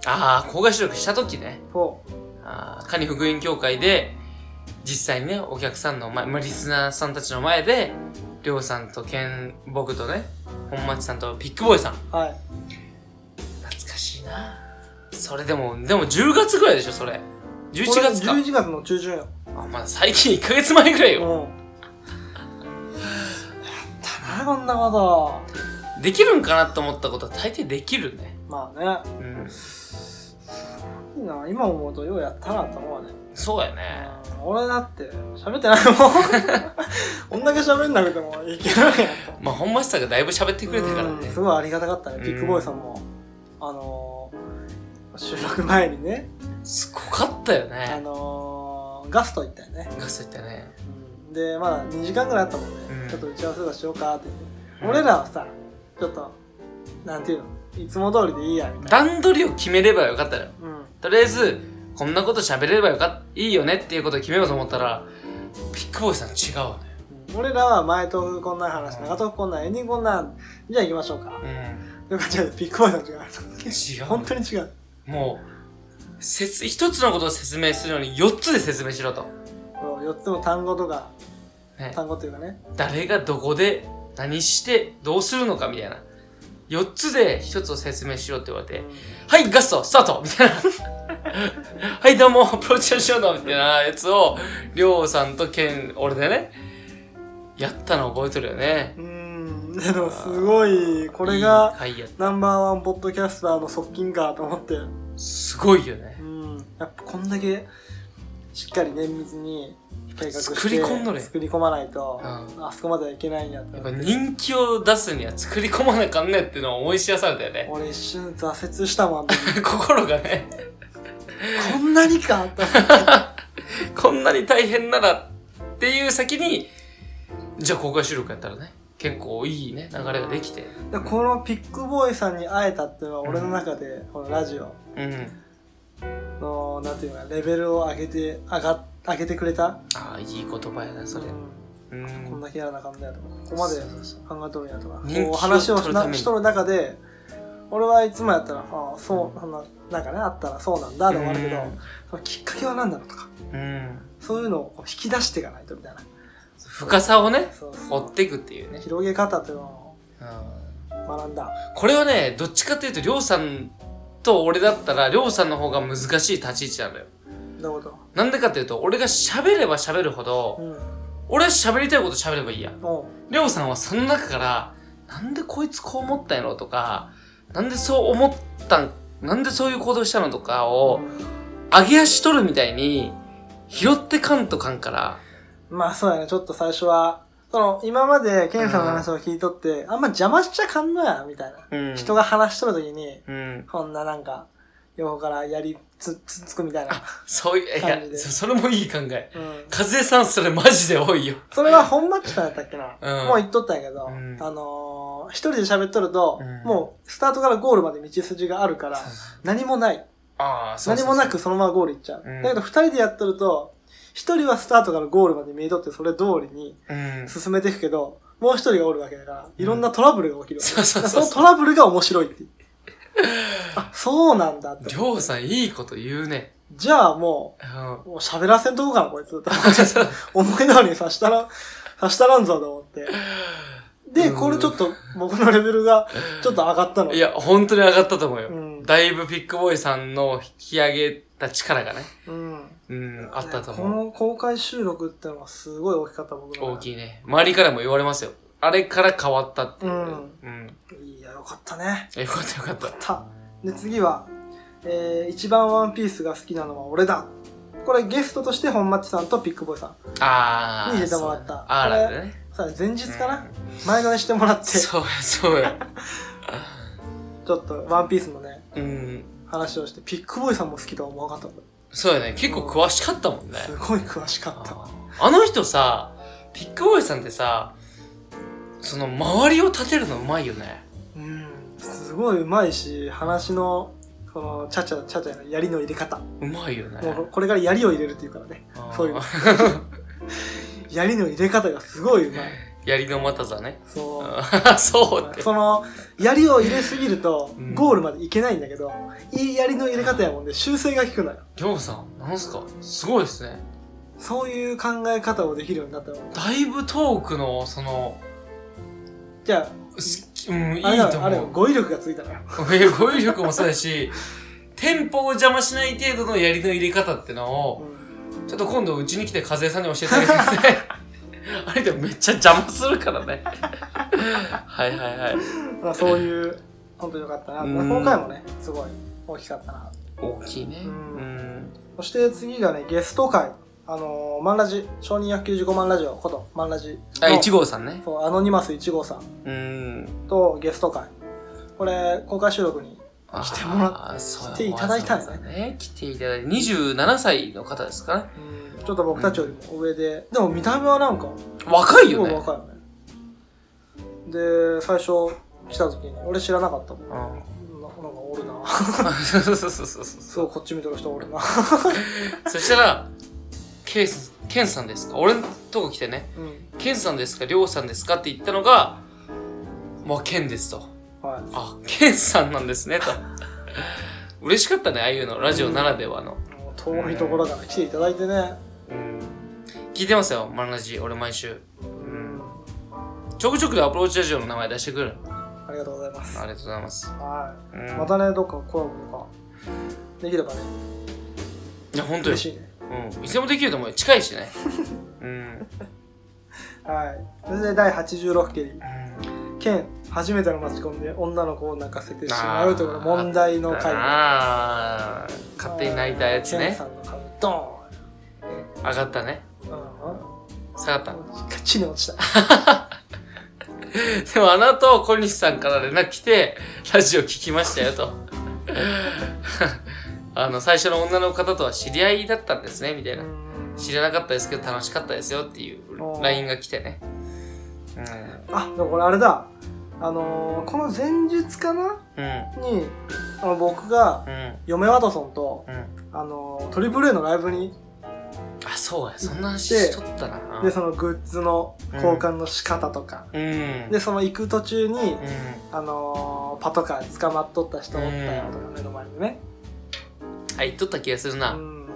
ああ、公開収録した時ね。そあーカニ福音協会で、実際にね、お客さんの前、まあ、リスナーさんたちの前で、りょうさんとケン、僕とね、本町さんとピックボーイさん。うはい懐かしいなそれでも、でも10月ぐらいでしょ、それ。11月かこれ。11月の中旬よあ、まだ最近1ヶ月前ぐらいうんよ。やったなこんなこできるんかなと思ったことは大抵できるね。とまあねうん。いいな今思うとようやったなと思うね、そうやね。うん俺だって喋ってないもん こんだけ喋んなくてもいけるわけやんまあ、本町さんがだいぶ喋ってくれたからうねんす。ごいありがたかったうんねピックボーイさんも、あのー、収録前にね、すごかったよあね。のー、ガスト行ったよね、ガスってね。うんでまだ2時間ぐらいあったもんね、うんちょっと打ち合わせとかしようかって言って、俺らはさちょっとなんていうのいつも通りでいいやみたいな、段取りを決めればよかったよ。うん、とりあえず、こんなこと喋れればよかっいいよねっていうことを決めようと思ったら、ピックボーイさん違うわね。俺らは前トークこんな話長トークこんなんエンディングこんなんじゃあ行きましょうかうん。よかったピックボーイさん違う違本当に違うう。もう、説、一つのことを説明するのに4つで説明しろと。 4つの単語とかね、単語というかね誰がどこで何してどうするのかみたいな。4つで1つを説明しろって言われて、はい、ガスト、スタートみたいな。 はい、どうも、プロチューションだみたいなやつを、りょうさんとケン、俺でね、やったの覚えてるよね。うんでもすごいこれがいい回やったナンバーワンポッドキャスターの側近かと思ってすごいよねう。んやっぱこんだけしっかり綿密に計画して作り込んどれ作り込まないと、うんあそこまではいけないんやとやっ思ぱって人気を出すには作り込まなあかんねっていうのを思い知らされたよね。俺一瞬挫折したもんあの時心がね、こんなにかと 思ってこんなに大変ならっていう先に、じゃあ公開収録やったらね、結構いいね流れができてでこのピックボーイさんに会えたっていうのは俺の中でこのラジオうんのなんていうのかなレベルを上げて上が上げてくれたああいい言葉やなそれうこんんだけやらなあかんだよとかここまでそうそうそう考えとるんやとか人気をこう話を取るしためなにしとる中で俺はいつもやったらああそうそんななんかねあったらそうなんだで終わるけどうんそのきっかけは何だろうとかうんそういうのをこう引き出していかないとみたいな深さをねそう追そっていくっていううね、広げ方っていうのうんを学んだこれはねどっちかっていうとりょうさんと俺だったらりょうさんの方が難しい立ち位置なのよどういうこなんでかっていうと俺が喋れば喋るほとどうん俺は喋りたいこと喋ればいいやおうりょうさんはその中からなんでこいつこう思ったんやろとかなんでそう思ったんなんでそういう行動したのとかを上げ足取るみたいに拾ってかんとかんからまあそうやねちょっと最初はその今までケンさんの話を聞いとって、あんま邪魔しちゃかんのやみたいな、うん人が話しとる時にうんこんななんか横からやりつつつくみたいな、そういういや感じでそそれもいい考えうん、和江さんそれマジで多いよそれは本マッチさんやったっけな、うんもう言っとったんやけど、うんあのー一人で喋っとると、うんもうスタートからゴールまで道筋があるから何もないああそうそうそう何もなくそのままゴール行っちゃう、うんだけど二人でやっとると一人はスタートからゴールまで見えとってそれ通りにうん進めていくけど、もう一人がおるわけだからいろんなトラブルが起きるわけ、そうそうそうだからそのトラブルが面白いっていうあそうなんだってりょうさんいいこと言うね。じゃあもうん うもう喋らせんとこかなこいつ と思いながらにさしたら、さしたらんぞと思って。で、うんこれちょっと僕のレベルがちょっと上がったの。いや、本当に上がったと思うよ。うんだいぶピックボーイさんの引き上げた力がね、うん。うん、あったとこ思う。の公開収録ってのがすごい大きかった僕の。大きいね。周りからも言われますよ。あれから変わったっていう。うんうん。い。いや、よかったね。よかったよかった。た。で、次は、えー、一番ワンピースが好きなのは俺だ。これゲストとして本町さんとピックボーイさん。あー。見せてもらったそうあーなんだね。さあ、前日かな、う前乗りしてもらって、ちそうや、そうや。ょっとワンピースのね、うん。話をして、ピックボーイさんも好きとは思わなかった。そうやね。結構詳しかったもんね。すごい詳しかった。あの人さ、ピックボーイさんってさ、その周りを立てるのうまいよね。うんすごい上手いし話のこのチャチャチャチャの槍の入れ方うまいよね。もうこれから槍を入れるっていうからねあーそういうの槍の入れ方がすごい上手い槍の股座ね。そあそうっうて。その槍を入れすぎるとうんゴールまでいけないんだけど、いい槍の入れ方やもんで修正が効くのよりょうさん、なんすかすごいですね。そういう考え方をできるようになったのだいぶトークの、その、じゃすうん、いいああれだとよあれ思だよう。語彙力がついたのよ え語彙力もそうだし、テンポを邪魔しない程度の槍の入れ方ってのを、うんちょっと今度うちに来て和江さんに教えてあげてください。 あれでもめっちゃ邪魔するからね。 はいはいはい。まあそういう本当によかったなうん今回もねすごい大きかったな大きいね。うんうん。そして次がね、ゲスト会。あのー、マンラジ、承認195万ラジオこと、マンラジあ、の。 1号さんね。そう、アノニマス1号さんうん。とゲスト会。これ、公開収録に。来てもらっ来ていただいたんですねね。来ていただいて、27歳の方ですかね。ちょっと僕たちよりも上で、でも見た目はなんか、若いすよごいね。若いよね。で、最初来た時に、俺知らなかったもん。なうんなんかおるな。 そう そうそうそうそそう、こっち見てる人お るな。う。そしたら、ケンさんケンさんですか俺のとこ来てね、うん。ケンさんですかりょうさんですかって言ったのが、まあ、ケンですと。はい。あ、ケンさんなんですね、と。嬉しかったね、ああいうの、ラジオならではの。もう遠いところから来ていただいてね。うん聞いてますよ、マンラジ、俺毎週。うん。ちょくちょくアプローチラジオの名前出してくる。ありがとうございます。ありがとうございます。はい。うん、またね、どっかコラボとかできればね、いや、本当よ嬉。しいね。うん。いつでもできると思うよ。近いしね。うん。はい。それで第86期、うん県初めてのマチコンで女の子を泣かせてしまうところ、問題の回。あー勝手に泣いたやつケンねさんの顔、ド上がったねーン下がっうん。カチに落ちた。たでもあなたは小西さんから連絡来てラジオ聞きましたよと あの最初の女の方とは知り合いだったんですねみたいな知らなかったですけど楽しかったですよっていうおー LINE が来てねうんあでもこれあれだあのーこの前日かなうんにあの僕がうん嫁ワトソンと、うんあのートリプル a のライブにあそうやそんな話しとったなでそのグッズの交換の仕方とか、うんでその行く途中にう、んあのーパトカー捕まっとった人おったよとか目の前にね、あ言っとった気がするうな、ん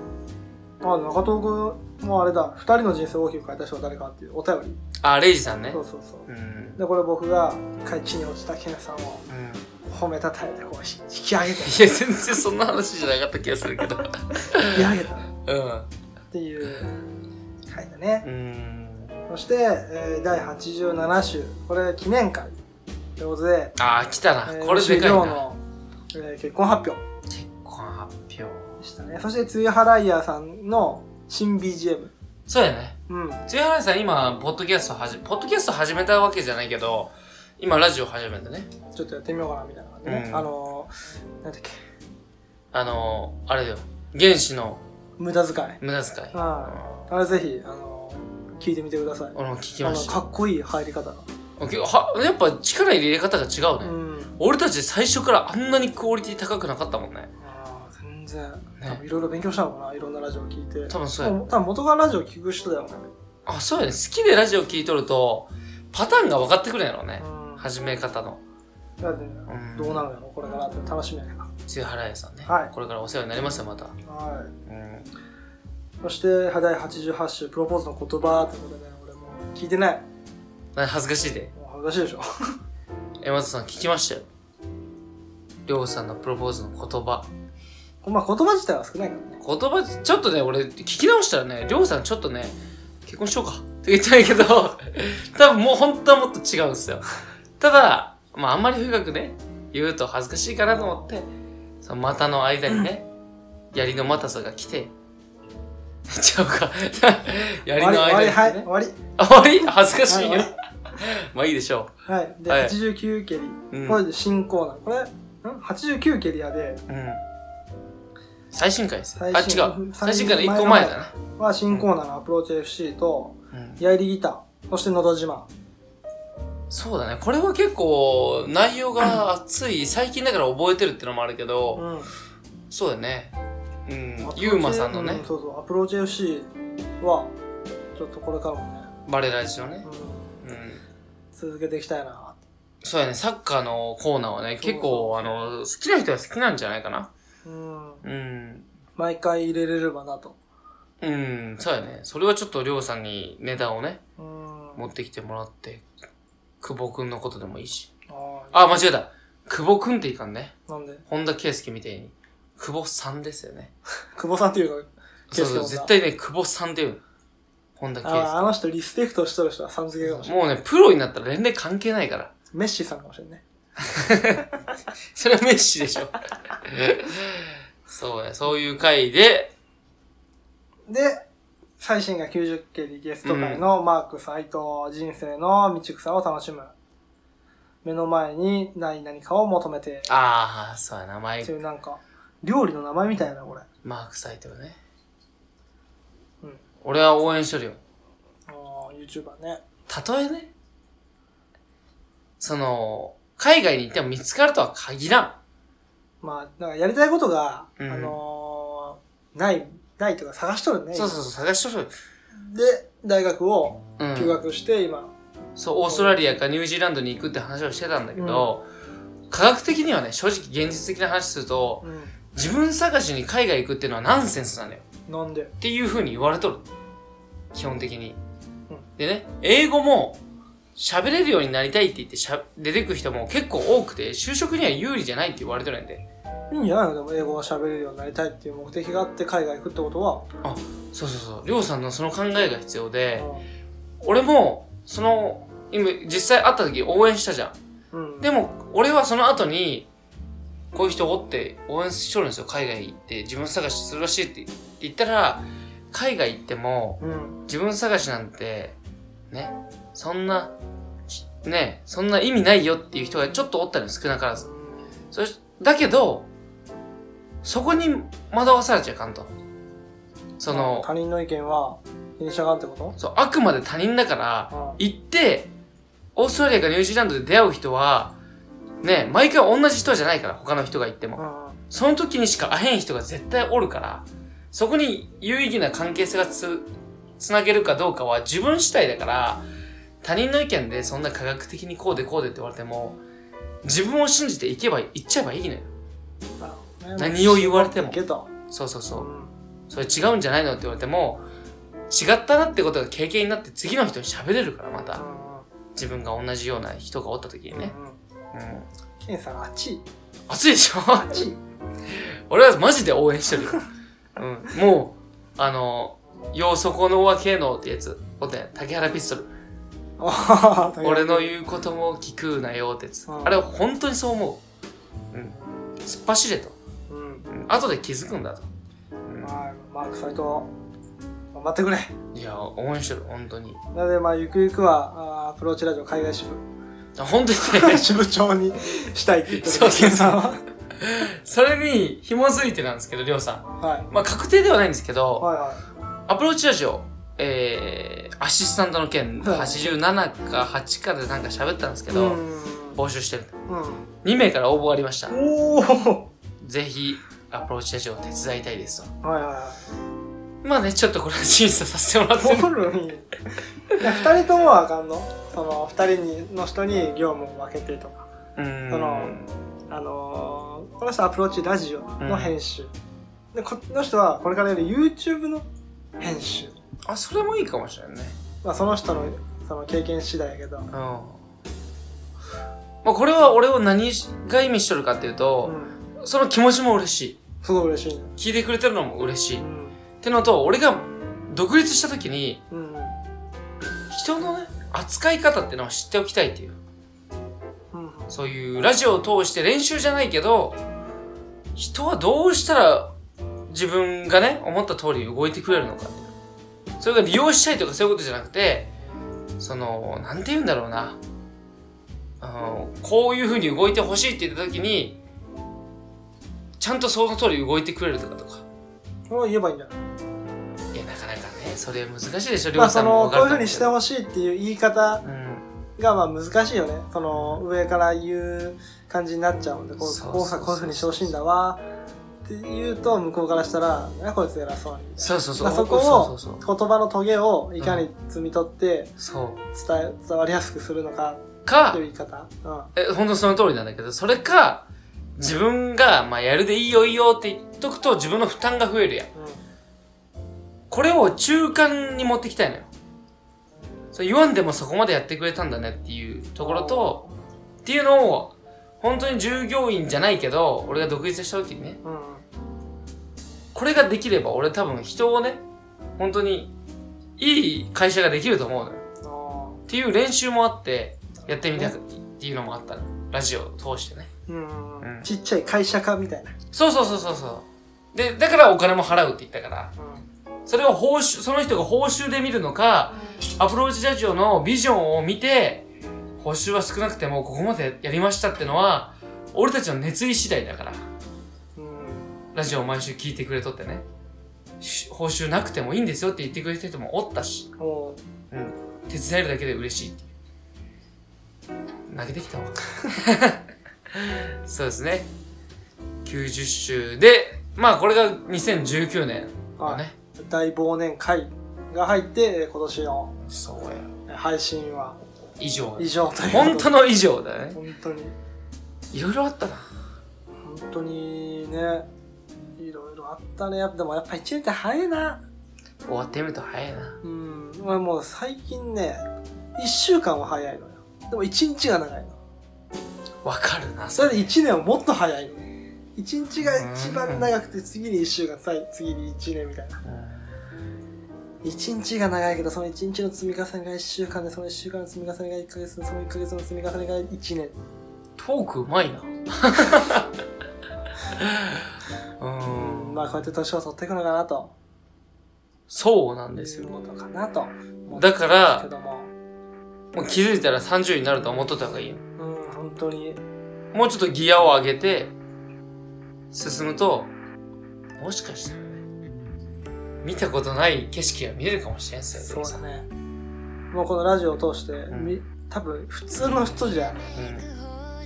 まあ中東君もあれだ2人の人生を大きく変えた人は誰かっていうお便りあレイジさんねそうそうそううんうんでこれ僕が一回地に落ちたケンさんを褒めたたえてこうひ引き上 いげてや全然そんな話じゃなかった気がするけど引き上げたっうんていう回だねうんそして、えー第87週これ記念会ということで、あー来たな、えーこれでかい吉良なの、えー結婚発表結婚発表でしたねそしてツイハライヤーさんの新 BGM そうやねうん津原さん今ポッドキャストはじポッドキャスト始めたわけじゃないけど今ラジオ始めてねちょっとやってみようかなみたいな感じね、うんあのー、なんだっけあのー、あれだよ原始の無駄遣い無駄遣いはいあれぜひあのー聞いてみてください俺も聞きましあのたかっこいい入り方がけどはやっぱ力入れ方が違ううね、ん俺たち最初からあんなにクオリティ高くなかったもんねあー全然多分いろいろ勉強したのかないろんなラジオ聞いて多分そうや多分元がラジオ聞く人だよね、あそうやね好きでラジオ聞いとるとパターンが分かってくるんやろうねうん、始め方のだって、んどうなるのやろこれからって楽しみやね津原屋さんね、はいこれからお世話になりますよまた、はうん、いそして第88週プロポーズの言葉ってことでね俺もう聞いてないな恥ずかしいでもう恥ずかしいでしょ 山里さん聞きましたよりょうさんのプロポーズの言葉まあ言葉自体は少ないからね言葉ちょっとね俺聞き直したらねりょうさんちょっとね結婚しようかって言ってないけど 多分もう本当はもっと違うんですよただまああんまり深くね言うと恥ずかしいかなと思ってその股の間にね槍の股さが来てちゃうか槍の終わり間に、ね、終わりはい終わあ終わり恥ずかりしいよはい終わまあいいでしょりはいで、はい89ケリう、うんこれで新コーナーこれん89ケリアでうん最新回ですよ。あ、違最新う。最新回の1個前だな。は新コーナーのアプローチ FC と、うんやりギター、そしてのど自慢。そうだね。これは結構、内容が熱 い。最近だから覚えてるってのもあるけど、うん。そうだね。うん。ゆうまさんのうね、そうそう、アプローチ FC は、ちょっとこれからもね、バレラジのねうん。、うん。続けていきたいな。そうやね。サッカーのコーナーはね、そう結構、あの、好きな人は好きなんじゃないかな。うん。うん。毎回入れれればなと。うん。そうやね。それはちょっとりょうさんにネタをね、うん。持ってきてもらって、久保くんのことでもいいし。ああ、間違えた。久保くんっていかんね。あ、なんで、本田圭佑みたいに、久保さんですよね。久保さんっていうの、そ圭う佑そう、絶対ね、久保さんっていう。本田あああ圭の人リスペクトしとる人はさん付けかもし佑。れない。もうね、プロになったら年齢関係ないから。 メッシさんかもしれないね。それはメッシでしょ。 そうや、そういう回で、で、最新が90系リゲスト会のマーク斎藤、人生の道草を楽しむ。目の前にない何かを求めて。ああ、そうや、名前って、いうなんか、料理の名前みたいな、これ。マークサイトね。うん。俺は応援しとるよ。あー YouTuber ね。たとえね、その、海外に行っても見つかるとは限らん。まあ、なんかやりたいことが、うんあのー、ない、ないとか探しとるね。そうそうそう、探しとる。今で、大学をうん。休学して、今。そう、オーストラリアかニュージーランドに行くって話をしてたんだけど、科学的にはね、正直現実的な話すると、うん。自分探しに海外行くっていうのはナンセンスなのよ。なんで。っていう風に言われとる。基本的にうん。でね、英語も喋れるようになりたいって言ってしゃ出てく人も結構多くて、就職には有利じゃないって言われてるんで。いいんじゃないのでも、英語が喋れるようになりたいっていう目的があって、海外行くってことは。そうそうそう。りょうさんのその考えが必要で、う俺も、その、今実際会った時応援したじゃん。ん。うんでも、俺はその後に、こういう人おって応援しとるんですよ。海外行って、自分探しするらしいって言ったら、海外行っても、うん。自分探しなんて、ね、そんな、きね、そんな意味ないよっていう人がちょっとおったのよ、少なからず。そし、だけど、そこに惑わされちゃいかんと。その、他人の意見は、気にしゃがんってことそう、あくまで他人だから、うん行って、オーストラリアかニュージーランドで出会う人は、ね、毎回同じ人じゃないから、他の人が行っても。うんその時にしか会えん人が絶対おるから、そこに有意義な関係性がつ、つなげるかどうかは自分次第だから、他人の意見でそんな科学的にこうでこうでって言われても、自分を信じていけば、いっちゃえばいいのよ。なるほどね何を言われてもけど、そうそうそうう。んそれ違うんじゃないのって言われても、違ったなってことが経験になって次の人に喋れるから、まうた。ん自分が同じような人がおった時にね。うん。ケンさん、あっち、熱いでしょ あっち。俺はマジで応援 してるよ。うん。もう、あの、よそこのは系能ってやつ。おてん、竹原ピストル。 俺のう。言うことも聞くなよってやつ。うんあれは本当にそう思う。うん。突っ走れと。うん。うん。後で気づくんだと。うまあ、マークサイト、頑張ってくれ。ん。いや、応援してる、本当に。なので、まあ、ゆくゆくは、あーアプローチラジオ海外支部、 あ本当にね、 支部長にしたいって言ってそうる、そうそうケンさんは。それに紐づいてなんですけど、りょうさん。はい。まあ、確定ではないん ですけど、はいはい。アプローチラジオ、えー、アシスタントの件、はい87か8かでなんか喋ったんですけうど、ん。募集してる。 うん。 2名から応募がありました。おーぜひ、アプローチラジオを手伝いたいですと。はいはまあね、ちょっとこれは審査させてもらっいはてい。る。ボールに。いや二人ともはあかんのその、二人に、の人に業務を分けてとか。うーんそのあのーこの人はアプローチラジオの編集、でこの人はこれからやる YouTube の編集、あ、それもいいかもしれないね。まあ、その人のその経験次第やけど、うん。まあ、これは俺を何が意味しとるかっていううと、んその気持ちも嬉しい。すごい嬉しいね聞いてくれてるのも嬉しい。うっんてのと、俺が独立した時に、うん人のね、扱い方ってのを知っておきたいっていう。うんそういうラジオを通して練習じゃないけど、人はどうしたら自分がね、思った通り動いてくれるのかっていうそれが利用したいとかそういうことじゃなくて、その、なんて言うんだろうな。あのこういう風に動いてほしいって言った時に、ちゃんとその通り動いてくれるとかとか。こう言えばいいんじゃないいや、なかなかね、それ難しいでしょ、りょまあうさそんもの分こういうふかうにるしとて思うほしいっていう言い方けどうん。がまあ難しいよねその上から言う感じになっちゃうんでこそううこうそうそうさこういうふうにしてほしいんだわって言うと向こうからしたら「なんだこいつ偉そうに」みたいそうそうそう。まあそこをそうそうそう。な言葉のトゲをいかに摘み取って、そ伝え伝わりやすくするのかう。かと、いう言い方、うん、え、本当その通りなんだけど、それか、自分が、まあ、やるでいいよいいよって言っとくと自分の負担が増えるやん。これを中間に持ってきたいのよ。それ言わんでもそこまでやってくれたんだねっていうところと、っていうのを、本当に従業員じゃないけど、俺が独立した時にね、うん、これができれば俺多分人をね、本当にいい会社ができると思うのよ。っていう練習もあって、やってみたくっていうのもあったのラジオを通してね。うんうんちっちゃい会社化みたいな、そうそうそうそうそう。で、だからお金も払うって言ったから、うんそれを報酬、その人が報酬で見るのか、アプローチラジオのビジョンを見て、報酬は少なくてもここまでやりましたってのは、俺たちの熱意次第だから、ラジオを毎週聞いてくれとってね。し報酬なくてもいいんですよって言ってくれてる人もおったし、もうん。手伝えるだけで嬉しいっていう。投げて きたわ。そうですね。90週で、まあこれが2019年う、のはね。い、大忘年会が入ってえー今年のそうや。配信は以上。以上という本当にの以上だよね。本当にいろいろあったな。本当にねいろいろあったねやっぱでもやっぱ一年って早いな終わってみると早いな。うん俺もう最近ね一週間は早いのよでも一日が長いのわかるな、それれで1年はもっと早い1日が一番長くて次に1週間さ次に1年みたいな1日が長いけどその1日の積み重ねが1週間でその1週間の積み重ねが1ヶ月でその1ヶ月の積み重ねが1年トークうまい な。うん。まあこうやって年を取っていくのかなとそうなんいですうよ。ことかなと思ってだからけ、どももう気づいたら30になると思っとった方がいいよ。うん本当にもうちょっとギアを上げて、進むと、もしかしたらね、見たことない景色が見れるかもしれんっすよ。そうだね。ねもうこのラジオを通して、んみ多分普通の人じゃ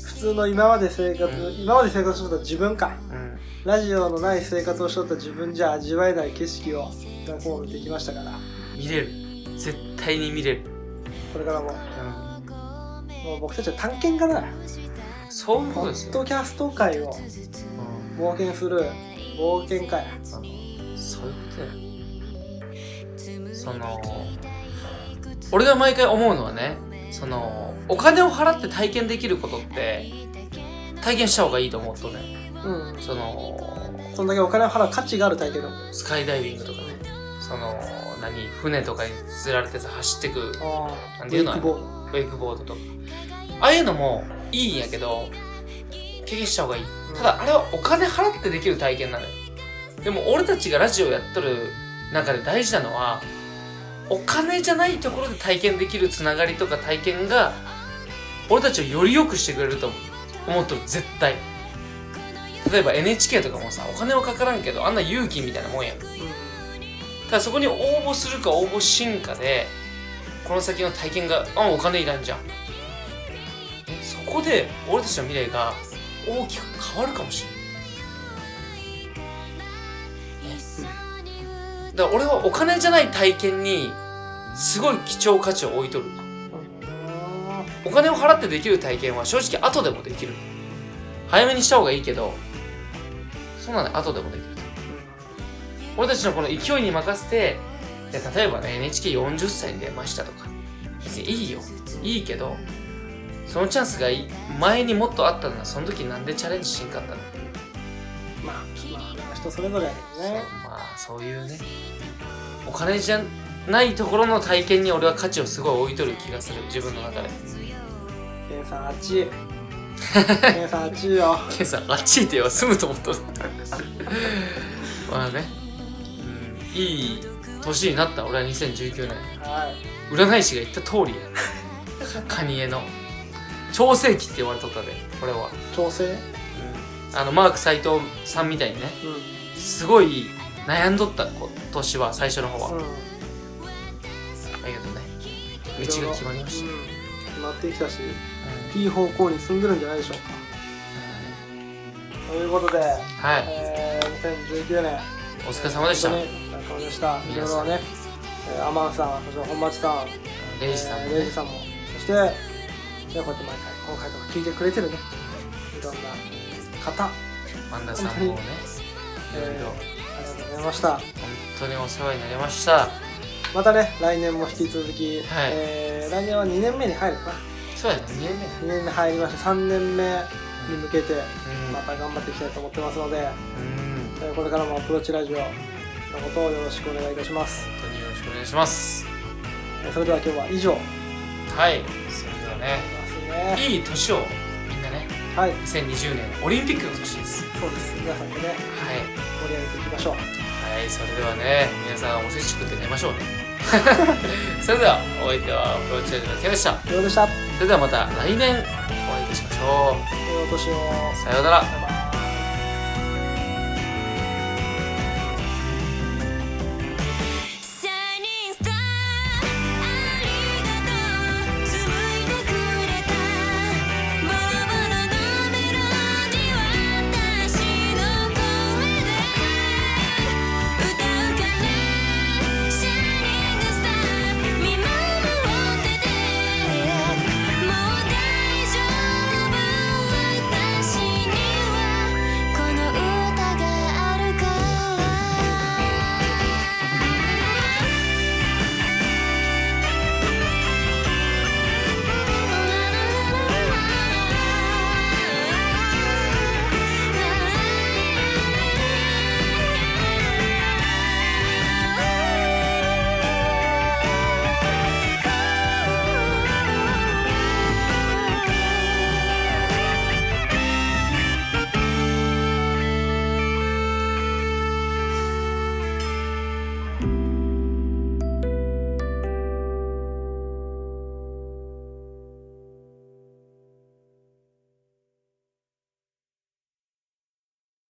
普通の今まで生活今まで生活しとった自分かうんラジオのない生活をしとった自分じゃ味わえない景色をダンコールできましたから見れる絶対に見れる、これからもうん、もう僕たちは探検家だそういうこポとですッよ、ドキャスト界をうん冒険する冒険家やそういうことやその俺が毎回思うのはねそのお金を払って体験できることって体験した方がいいと思うとねうんそのそんだけお金を払う価値がある体験だもんスカイダイビングとかねその何船とかに釣られてさ走ってくああなウんていェうイのクボーウェイクボードとかああいうのもいいんやけど経験した方がいいただあれはお金払ってできる体験なのよでも俺たちがラジオやっとる中で大事なのはお金じゃないところで体験できるつながりとか体験が俺たちをより良くしてくれると思う思っとる絶対例えば NHK とかもさお金はかからんけどあんな勇気みたいなもんやんドただそこに応募するか応募しんかでこの先の体験があお金いらんじゃんえそこで俺たちの未来が大きく変わるかもしれないだから俺はお金じゃない体験にすごい貴重価値を置いとるうんお金を払ってできる体験は正直後でもできる早めにした方がいいけどそんなの後でもできる俺たちのこの勢いに任せてで例えばね NHK40 歳に出ましたとか別にいいよいいけどそのチャンスがい前にもっとあったならその時なんでチャレンジしんかったのまあまあ人それぞれやけどねまあそういうねお金じゃないところの体験に俺は価値をすごい置いとる気がする自分の中でケンさんあっちケンさんあっちよケンさんあっち行ってよ済むと思っとるまあね、うん、いい年になった俺は2019年はい占い師が言った通 りやカニエの調整期って言われとったでこれは、調整あのマーク斎藤さんみたいにねうんすごい悩んどった今年は最初の方は、だうけどねん道が決まりました、うん決まってきたしいい方向に進んでるんじゃないでしょうかということで、はいえー、2019年お疲れ様でした本当にお疲れ様でしたい皆ろいさろんね、えー、アマンさんそして本町さんレイジさんもえーレイジさんもそしてねこうやって毎回今回とか聞いてくれてるねいろんな方、萬田さんもねいろいえろー、ありがとうございました本当にお世話になりましたまたね来年も引き続き、えー来年は2年目に入るかなそうやね2年目2年目入りました3年目に向けてうんまた頑張っていきたいと思ってますので、うんえーこれからもアプローチラジオのことをよろしくお願いいたします、本当によろしくお願いしますえーそれでは今日は以上にはいそれではねなりますねいい年をみんなねはい2020年オリンピックの年ですはそうです皆さんでねい盛り上げていきましょうはいそれではね皆さんおせち食って寝ましょうね それではお相手はプロチェンジのケンでした以上でしたそれではまた来年お会いいたしましょ良いお年をうさようならバイバイ